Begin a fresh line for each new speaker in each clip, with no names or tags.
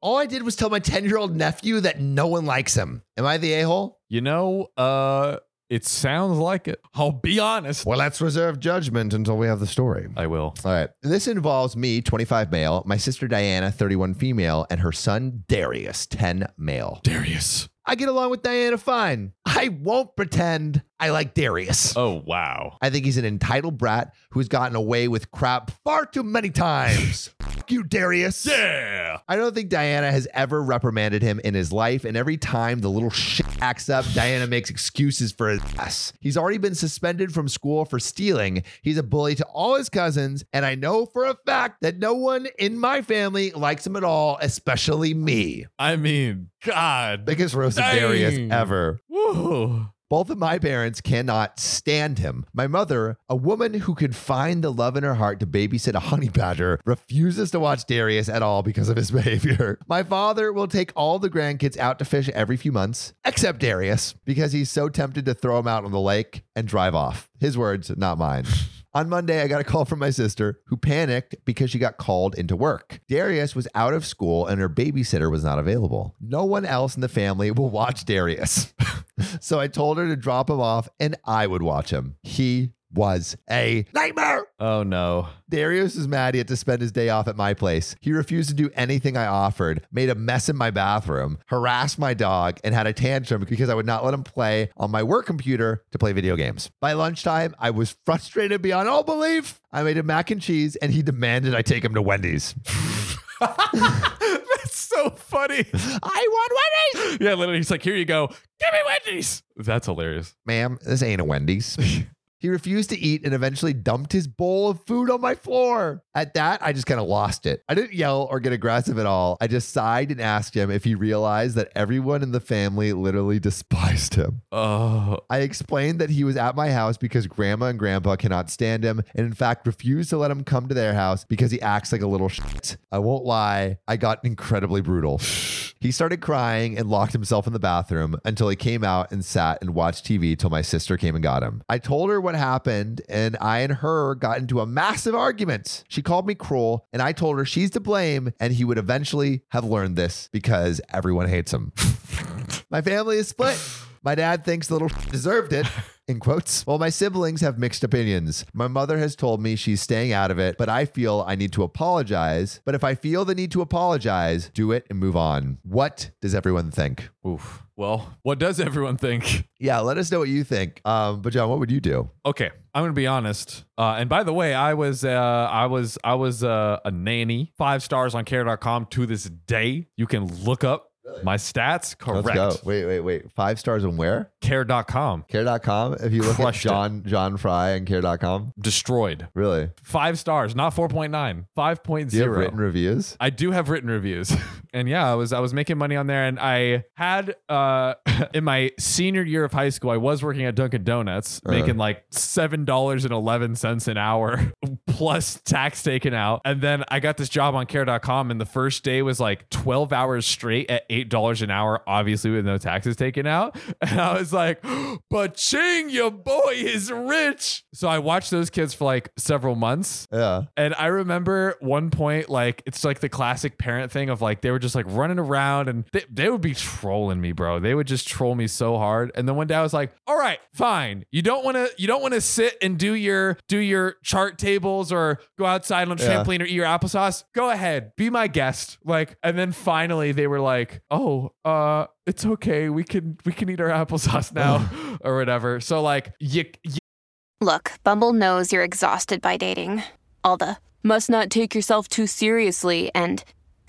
All I did was tell my 10 year old nephew that no one likes him. Am I the a hole?
You know, uh, it sounds like it. I'll be honest.
Well, let's reserve judgment until we have the story.
I will.
All right. This involves me, 25 male, my sister Diana, 31 female, and her son Darius, 10 male.
Darius.
I get along with Diana fine. I won't pretend I like Darius.
Oh, wow.
I think he's an entitled brat who's gotten away with crap far too many times. F- you, Darius.
Yeah.
I don't think Diana has ever reprimanded him in his life, and every time the little shit acts up, Diana makes excuses for his ass. He's already been suspended from school for stealing. He's a bully to all his cousins, and I know for a fact that no one in my family likes him at all, especially me.
I mean, God.
Biggest roast of
Dang.
Darius ever.
Woo.
Both of my parents cannot stand him. My mother, a woman who could find the love in her heart to babysit a honey badger, refuses to watch Darius at all because of his behavior. My father will take all the grandkids out to fish every few months, except Darius, because he's so tempted to throw him out on the lake and drive off. His words, not mine. On Monday, I got a call from my sister who panicked because she got called into work. Darius was out of school and her babysitter was not available. No one else in the family will watch Darius. so I told her to drop him off and I would watch him. He was a nightmare.
Oh, no.
Darius was mad he had to spend his day off at my place. He refused to do anything I offered, made a mess in my bathroom, harassed my dog, and had a tantrum because I would not let him play on my work computer to play video games. By lunchtime, I was frustrated beyond all belief. I made him mac and cheese, and he demanded I take him to Wendy's.
That's so funny.
I want Wendy's!
Yeah, literally, he's like, here you go. Give me Wendy's. That's hilarious.
Ma'am, this ain't a Wendy's. He refused to eat and eventually dumped his bowl of food on my floor. At that, I just kind of lost it. I didn't yell or get aggressive at all. I just sighed and asked him if he realized that everyone in the family literally despised him.
Oh,
I explained that he was at my house because grandma and grandpa cannot stand him and, in fact, refuse to let him come to their house because he acts like a little shit. I won't lie, I got incredibly brutal. He started crying and locked himself in the bathroom until he came out and sat and watched TV till my sister came and got him. I told her what happened, and I and her got into a massive argument. She called me cruel, and I told her she's to blame, and he would eventually have learned this because everyone hates him. My family is split. My dad thinks the little deserved it. In quotes. Well, my siblings have mixed opinions. My mother has told me she's staying out of it, but I feel I need to apologize. But if I feel the need to apologize, do it and move on. What does everyone think?
oof. Well, what does everyone think?
Yeah, let us know what you think. Um, but John, what would you do?
Okay, I'm gonna be honest. Uh, and by the way, I was uh, I was I was uh, a nanny, five stars on Care.com to this day. You can look up my
Let's
stats. Correct.
go. Wait, wait, wait. Five stars and where?
Care.com
Care.com. If you look
Crushed it.
at John John Fry and Care.com.
destroyed.
Really?
Five stars, not 4.9, 5.0.
Do you have written reviews?
I do have written reviews. and yeah, I was I was making money on there and I had uh in my senior year of high school, I was working at Dunkin' Donuts,
Uh.
making like seven dollars and eleven cents an hour plus tax taken out. And then I got this job on care.com and the first day was like twelve hours straight at eight dollars an hour, obviously with no taxes taken out. And I was like, but ching, your boy is rich. So I watched those kids for like several months
Yeah.
and I remember one point, like it's like the classic parent thing of like they were just like running around and they, they would be trolling me, bro. They would just troll me so hard. And then one day I was like, all right, fine. You don't wanna you don't wanna sit and do your do your chart tables or go outside on a
Yeah.
trampoline or eat your applesauce. Go ahead, be my guest. Like, and then finally they were like, Oh, uh, it's okay. We can we can eat our applesauce now or whatever. So like you, you
Look, Bumble knows you're exhausted by dating. All the must not take yourself too seriously and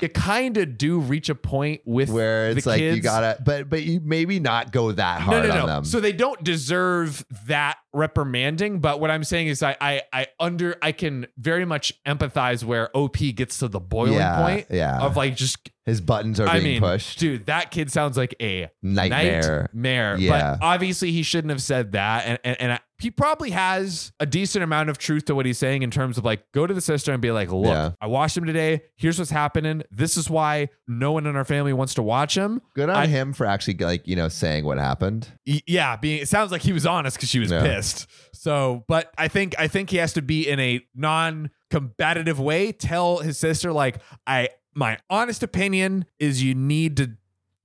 You kind of do reach a point with
Where it's
the
like you
kids.
gotta, but but you maybe not go that hard
no, no,
on
no.
them.
So they don't deserve that reprimanding. But what I'm saying is, I, I, I under, I can very much empathize where OP gets to the boiling
Yeah,
point
yeah.
of like just.
His buttons are
I
being
mean,
pushed.
dude, that kid sounds like a
Nightmare.
nightmare.
Yeah.
But obviously, he shouldn't have said that, and and, and I, he probably has a decent amount of truth to what he's saying in terms of like go to the sister and be like, look,
Yeah.
I watched him today. Here's what's happening. This is why no one in our family wants to watch him.
Good on
I-
him for actually like you know saying what happened.
Y- yeah being it sounds like he was honest because she was
Yeah.
pissed so but i think i think he has to be in a non-combative way tell his sister like i my honest opinion is you need to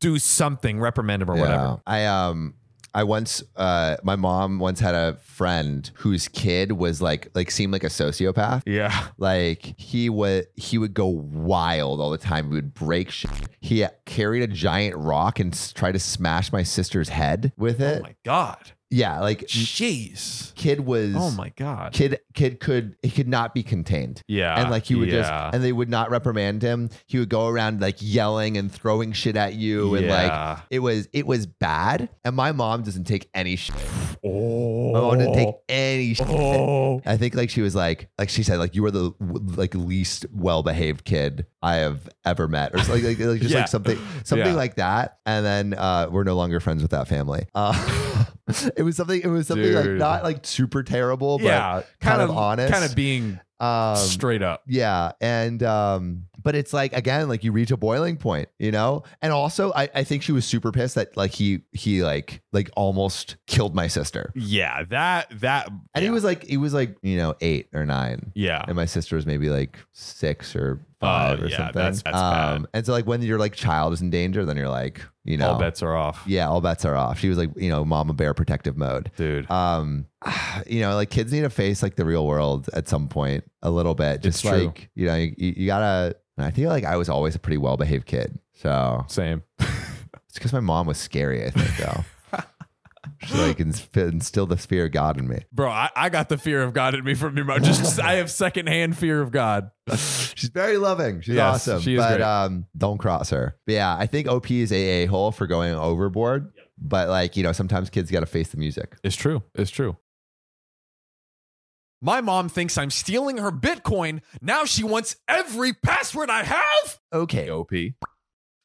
do something reprimand him or whatever
I um I once uh my mom once had a friend whose kid was like like seemed like a sociopath.
yeah
Like he would he would go wild all the time. He would break shit. He carried a giant rock and s- tried to smash my sister's head with
oh
it.
my god
yeah, like
jeez
kid was
oh my god
kid kid could he could not be contained.
yeah
and like he would
yeah.
just and they would not reprimand him he would go around like yelling and throwing shit at you and
Yeah.
like it was it was bad and my mom doesn't take any shit my
oh
mom didn't take any shit
oh
I think like she was like like she said like you were the like least well behaved kid I have ever met or so- like, like, like just
Yeah.
like something something
Yeah.
like that and then uh, we're no longer friends with that family. Uh, it was something it was something like
Dude.
not like super terrible but
yeah
kind of honest.
kind of being
um,
straight up
yeah. And um, but it's like again, like you reach a boiling point, you know? And also I, I think she was super pissed that like he he like like almost killed my sister.
yeah that that
And he was like he was like, you know, eight or nine.
yeah
And my sister was maybe like six or five
Oh,
or
yeah,
something. Um,
that's- that's bad.
And so like when your like child is in danger, then you're like, you know,
all bets are off
yeah, all bets are off. She was like, you know, mama bear protective mode
dude
um you know like kids need to face like the real world at some point a little bit just
It's true.
like you know you, you gotta and i feel like i was always a pretty well behaved kid so
same
it's because my mom was scary i think though she like insp- instilled the fear of god in me
Bro, I, I got the fear of God in me from your mom. Just I have secondhand fear of God.
she's very loving she's
Yes,
awesome
she is
but
great.
um don't cross her but yeah i think op is a hole for going overboard but like you know sometimes kids gotta face the music
It's true. It's true. My mom thinks I'm stealing her Bitcoin. Now she wants every password I have.
okay op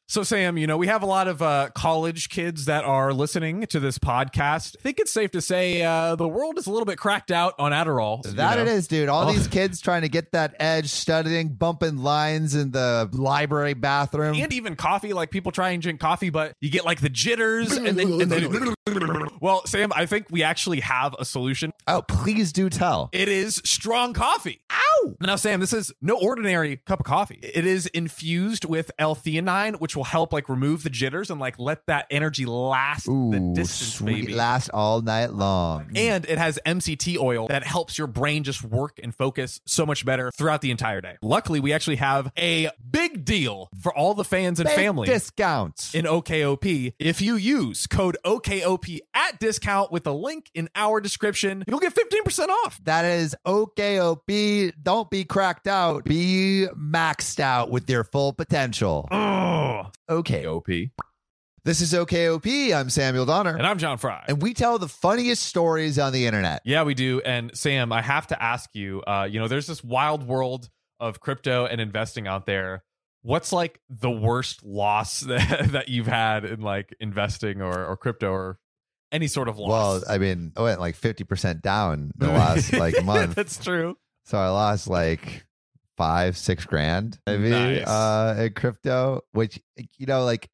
So, Sam, you know, we have a lot of uh, college kids that are listening to this podcast. I think it's safe to say uh, the world is a little bit cracked out on Adderall. you
That
know? Oh.
it is, dude. All
All-
these kids trying to get that edge, studying, bumping lines in the library bathroom.
and even coffee. Like people try and drink coffee, but you get like the jitters. And then, and then well, Sam, I think we actually have a solution.
oh, please do tell.
It is strong coffee. Ow! Now, Sam, this is no ordinary cup of coffee. It is infused with L-theanine, which will help like remove the jitters and like let that energy last the
Ooh,
distance,
sweet.
baby.
Last all night long.
And it has MCT oil that helps your brain just work and focus so much better throughout the entire day. Luckily, we actually have a big deal for all the fans and
Big
family
discounts.
in OKOP. If you use code OKOP at discount with a link in our description, you'll get 15% off.
that is OKOP. Don't be cracked out. Be maxed out with your full potential. OKOP. This is OKOP. I'm Samuel Donner.
And I'm John Fry.
and we tell the funniest stories on the internet.
yeah, we do. And Sam, I have to ask you, uh, you know, there's this wild world of crypto and investing out there. What's like the worst loss that, that you've had in like investing or, or crypto or any sort of loss?
Well, I mean, I went like 50% down in the last like month.
That's true.
So I lost like five, six grand maybe
Nice.
uh, in crypto, which, you know, like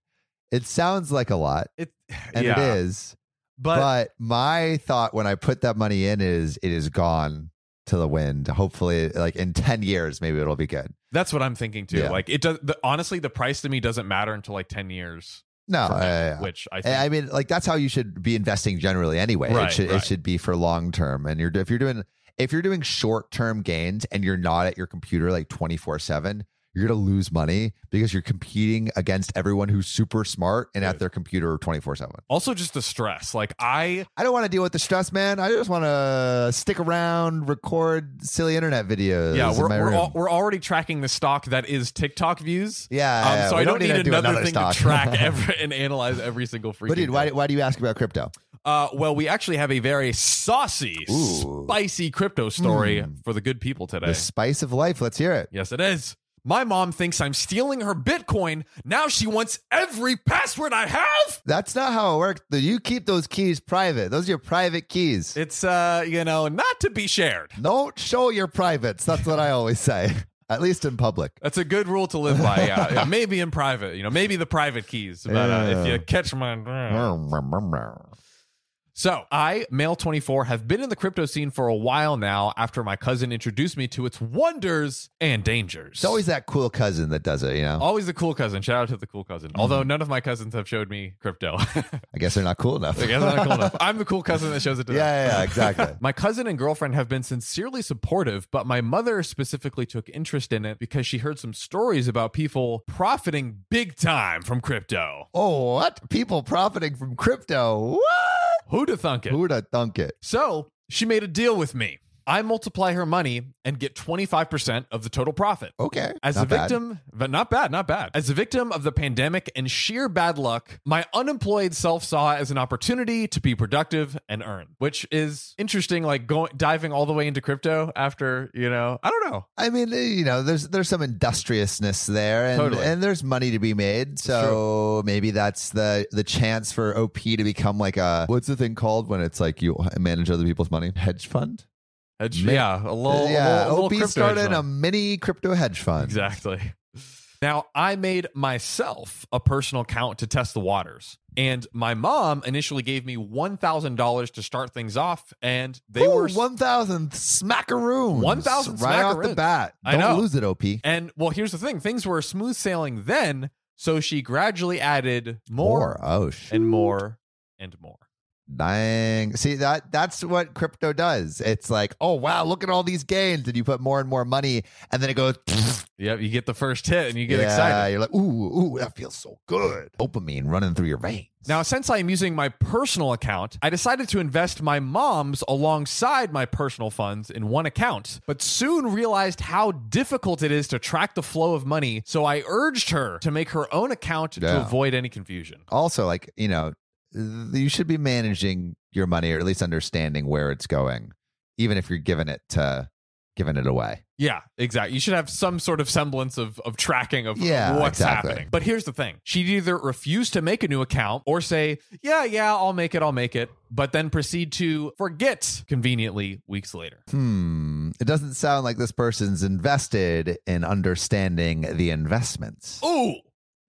it sounds like a lot
It,
and
yeah.
it is. But,
But,
my thought when I put that money in is it is gone to the wind. Hopefully, like in 10 years, maybe it'll be good.
that's what I'm thinking too.
Yeah.
Like it does. The, honestly, the price to me doesn't matter until like 10 years.
No,
from now,
I-
which I think
I I mean, like that's how you should be investing generally. Anyway,
Right,
it should
right.
it should be for long term. And you're if you're doing if you're doing short term gains and you're not at your computer like twenty four seven, you're going to lose money because you're competing against everyone who's super smart and at their computer 24 7.
Also, just the stress. Like I,
I don't want to deal with the stress, man. I just want to stick around, record silly internet videos.
yeah,
in
we're
my
we're,
room.
al- we're already tracking the stock that is TikTok views.
Yeah,
Um,
yeah,
so
we
I
don't
don't
need
need,
to do
another
another
thing
stock.
to track every, and analyze every single freaking.
but dude, why,
thing.
why do you ask about crypto?
Uh, well, we actually have a very saucy,
Ooh. Hmm.
spicy crypto story for the good people today.
The spice of life. Let's hear it.
Yes, it is. My mom thinks I'm stealing her Bitcoin. Now she wants every password I have.
That's not how it works. You keep those keys private. Those are your private keys.
It's uh, you know, not to be shared.
Don't show your privates. That's what I always say, at least in public.
That's a good rule to live by. Yeah, yeah. maybe in private, you know, maybe the private keys. But uh, if
Yeah.
you catch my. So I, male 24, have been in the crypto scene for a while now after my cousin introduced me to its wonders and dangers.
It's always that cool cousin that does it, you know?
Always the cool cousin. Shout out to the cool cousin. Although
Mm-hmm.
none of my cousins have showed me crypto.
I guess they're not cool enough.
I guess I'm, not cool enough. I'm the cool cousin that shows it to
yeah,
them.
yeah, yeah, exactly.
My cousin and girlfriend have been sincerely supportive, but my mother specifically took interest in it because she heard some stories about people profiting big time from crypto.
oh, what? People profiting from crypto. What?
Who'da thunk it?
Who'd have thunk it?
So she made a deal with me. I multiply her money and get 25% of the total profit.
Okay.
As
Oh, not
a
bad.
victim, but not bad, not bad. As a victim of the pandemic and sheer bad luck, my unemployed self saw it as an opportunity to be productive and earn, which is interesting. Like going diving all the way into crypto after you know, I don't know.
I mean, eh, you know, there's there's some industriousness there, and
Totally.
and there's money to be made. So maybe that's the the chance for OP to become like a what's the thing called when it's like you manage other people's money? Hedge fund.
Hedge-
Ma-
yeah, a little,
yeah,
a little, a little
OP
crypto hedge
started um, a
fund.
mini crypto hedge fund.
exactly. Now I made myself a personal account to test the waters, and my mom initially gave me one thousand dollars to start things off, and they
Ooh,
were
1,000 smackaroons.
1,000
Right off the
smackaroons.
bat.
I
Don't
know.
lose it, OP.
And well, here's the thing: things were smooth sailing then, so she gradually added more,
More. Oh, shit.
and more and more.
Dang. See that that's what crypto does. It's like, oh wow, look at all these gains. And you put more and more money and then it goes
Yep, you get the first hit and you get
yeah,
excited.
You're like, ooh, ooh, that feels so good. Dopamine running through your veins.
Now, since I am using my personal account, I decided to invest my mom's alongside my personal funds in one account, but soon realized how difficult it is to track the flow of money. So I urged her to make her own account to
Yeah.
avoid any confusion.
also, like, you know, th- you should be managing your money or at least understanding where it's going, even if you're giving it to giving it away.
Yeah, exactly. You should have some sort of semblance of, of tracking of
Yeah,
what's
exactly.
happening. But here's the thing she'd either refuse to make a new account or say, Yeah, yeah, I'll make it, I'll make it, but then proceed to forget conveniently weeks later.
Hmm. It doesn't sound like this person's invested in understanding the investments.
Ooh,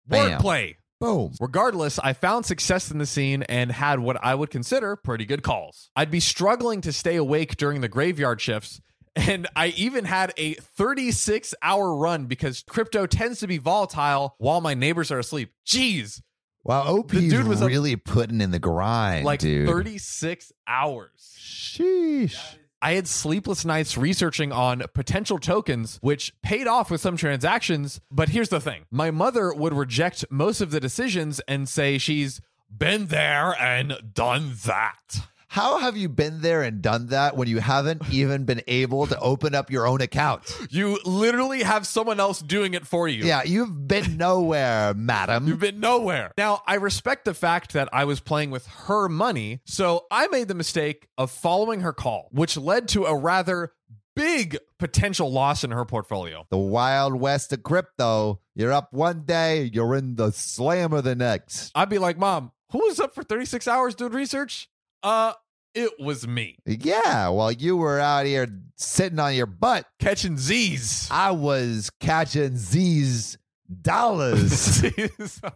Bam.
wordplay.
Boom.
Regardless, I found success in the scene and had what I would consider pretty good calls. I'd be struggling to stay awake during the graveyard shifts. And I even had a 36 hour run because crypto tends to be volatile while my neighbors are asleep. Jeez,
Wow, OP
The dude was a-
really putting in the grind,
like
dude.
36 hours.
Sheesh.
I had sleepless nights researching on potential tokens, which paid off with some transactions. But here's the thing my mother would reject most of the decisions and say she's been there and done that.
How have you been there and done that when you haven't even been able to open up your own account?
You literally have someone else doing it for you.
Yeah, you've been nowhere, madam.
You've been nowhere. Now, I respect the fact that I was playing with her money, so I made the mistake of following her call, which led to a rather big potential loss in her portfolio.
the wild west of crypto. You're up one day, you're in the slammer the next.
I'd be like, Mom, who was up for 36 hours doing research? Uh, it was me
Yeah, while you were out here sitting on your butt,
catching Z's.
I was catching Z's dollars.
Z's, uh,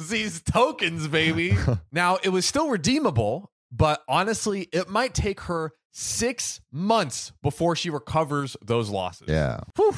Z's tokens, baby. now, it was still redeemable, but honestly, it might take her six months before she recovers those losses.
yeah.
Whew.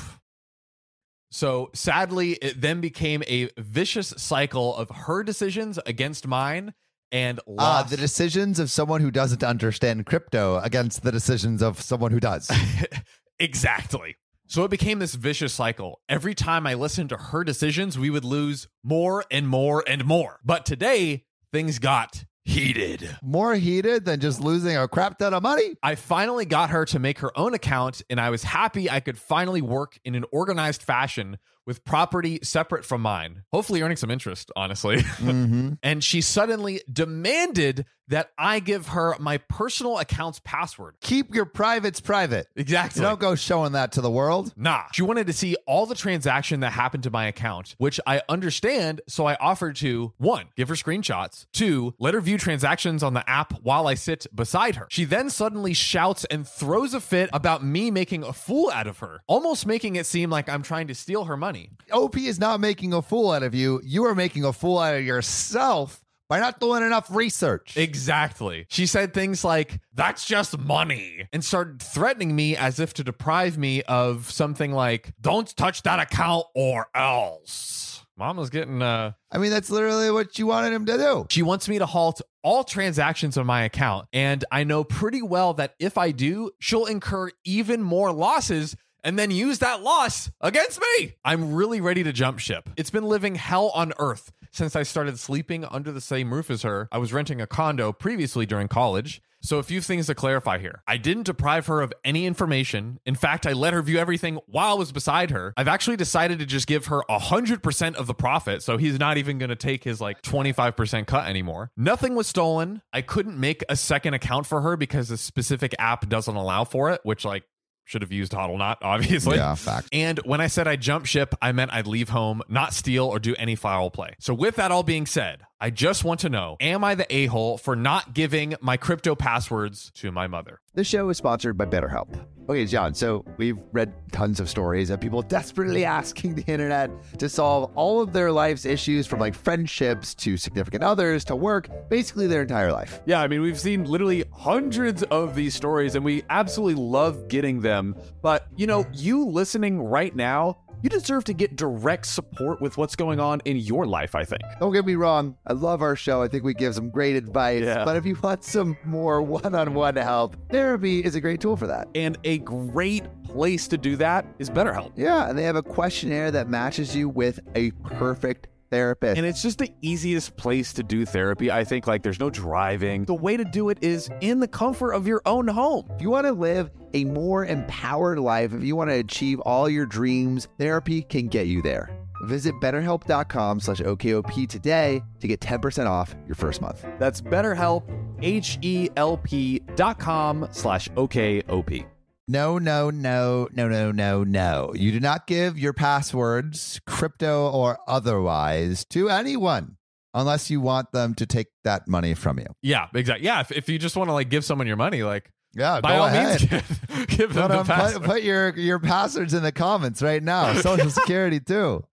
So sadly, it then became a vicious cycle of her decisions against mine and
Uh,
loss.
the decisions of someone who doesn't understand crypto against the decisions of someone who does.
exactly. So it became this vicious cycle. Every time I listened to her decisions, we would lose more and more and more. But today, things got heated.
More heated than just losing a crap ton of money.
I finally got her to make her own account, and I was happy I could finally work in an organized fashion with property separate from mine, hopefully earning some interest, honestly.
Mm-hmm.
and she suddenly demanded that I give her my personal account's password.
Keep your privates private.
Exactly.
You don't go showing that to the world.
Nah. She wanted to see all the transaction that happened to my account, which I understand. So I offered to one, give her screenshots, two, let her view transactions on the app while I sit beside her. She then suddenly shouts and throws a fit about me making a fool out of her, almost making it seem like I'm trying to steal her money.
OP is not making a fool out of you. You are making a fool out of yourself by not doing enough research.
Exactly. She said things like, that's just money, and started threatening me as if to deprive me of something like, don't touch that account or else. Mama's getting, uh,
I mean, that's literally what you wanted him to do.
She wants me to halt all transactions on my account. And I know pretty well that if I do, she'll incur even more losses and then use that loss against me. I'm really ready to jump ship. It's been living hell on earth since I started sleeping under the same roof as her. I was renting a condo previously during college. So, a few things to clarify here. I didn't deprive her of any information. In fact, I let her view everything while I was beside her. I've actually decided to just give her 100% of the profit. So, he's not even going to take his like 25% cut anymore. Nothing was stolen. I couldn't make a second account for her because the specific app doesn't allow for it, which, like, should have used Huddle Not, obviously.
Yeah, fact.
And when I said I jump ship, I meant I'd leave home, not steal or do any foul play. So, with that all being said, I just want to know Am I the a hole for not giving my crypto passwords to my mother?
This show is sponsored by BetterHelp. Okay, John, so we've read tons of stories of people desperately asking the internet to solve all of their life's issues from like friendships to significant others to work, basically their entire life.
Yeah, I mean, we've seen literally hundreds of these stories and we absolutely love getting them. But, you know, you listening right now, you deserve to get direct support with what's going on in your life, I think.
Don't get me wrong, I love our show. I think we give some great advice.
Yeah.
But if you want some more one on one help, therapy is a great tool for that.
And a great place to do that is BetterHelp.
Yeah, and they have a questionnaire that matches you with a perfect therapist.
And it's just the easiest place to do therapy. I think, like, there's no driving. The way to do it is in the comfort of your own home.
If you want to live a more empowered life, if you want to achieve all your dreams, therapy can get you there. Visit betterhelp.com slash OKOP today to get 10% off your first month.
That's BetterHelp, H E L P dot com slash OKOP.
No, no, no, no, no, no, no. You do not give your passwords, crypto or otherwise, to anyone unless you want them to take that money from you.
Yeah, exactly. Yeah, if, if you just want to like give someone your money, like
Uh,
Yeah,
by
go
all
ahead.
means, give, give them
Put,
the
um,
password.
put, put your your passwords in the comments right now. Social Security too.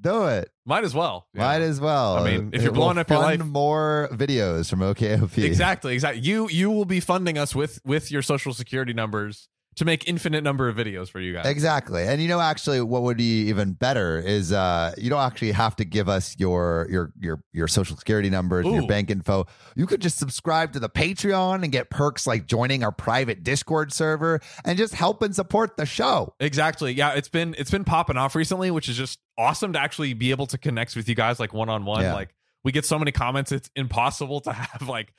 Do it.
Might as well. Yeah.
Might as well.
I mean, if
It
you're blowing
will
up your
fund
life-
more videos from OKOP.
Exactly, exactly. You you will be funding us with with your social security numbers to make infinite number of videos for you guys.
Exactly. And you know, actually, what would be even better is uh, you don't actually have to give us your your your your social security numbers, and your
Ooh.
bank info. You could just subscribe to the Patreon and get perks like joining our private Discord server and just help and support the show.
Exactly. Yeah, it's been it's been popping off recently, which is just awesome to actually be able to connect with you guys like one on one.
Yeah.
Like we get so many comments, it's impossible to have like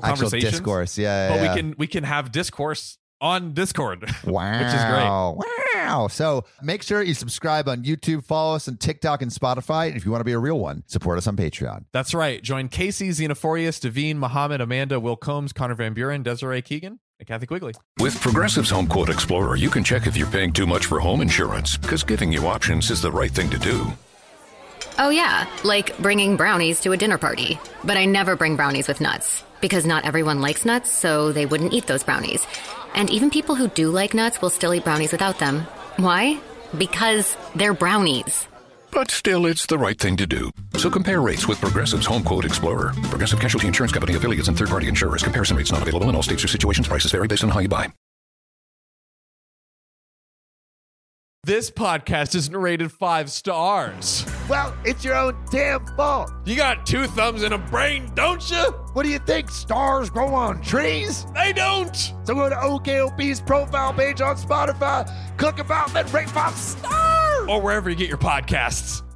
Actual
conversations.
discourse. Yeah.
But
yeah.
we can we can have discourse on Discord.
Wow. Which is great. Wow. So make sure you subscribe on YouTube, follow us on TikTok and Spotify. And if you want to be a real one, support us on Patreon.
That's right. Join Casey, Xenophorius, Devine, Muhammad, Amanda, Will Combs, Connor Van Buren, Desiree Keegan, and Kathy Quigley.
With Progressive's Home Quote Explorer, you can check if you're paying too much for home insurance because giving you options is the right thing to do.
Oh, yeah, like bringing brownies to a dinner party. But I never bring brownies with nuts, because not everyone likes nuts, so they wouldn't eat those brownies. And even people who do like nuts will still eat brownies without them. Why? Because they're brownies.
But still, it's the right thing to do. So compare rates with Progressive's Home Quote Explorer. Progressive Casualty Insurance Company affiliates and third-party insurers. Comparison rates not available in all states or situations. Prices vary based on how you buy.
This podcast isn't rated five stars.
Well, it's your own damn fault.
You got two thumbs and a brain, don't you?
What do you think? Stars grow on trees?
They don't.
So go to OKOP's profile page on Spotify, click about, then rate five stars.
Or wherever you get your podcasts.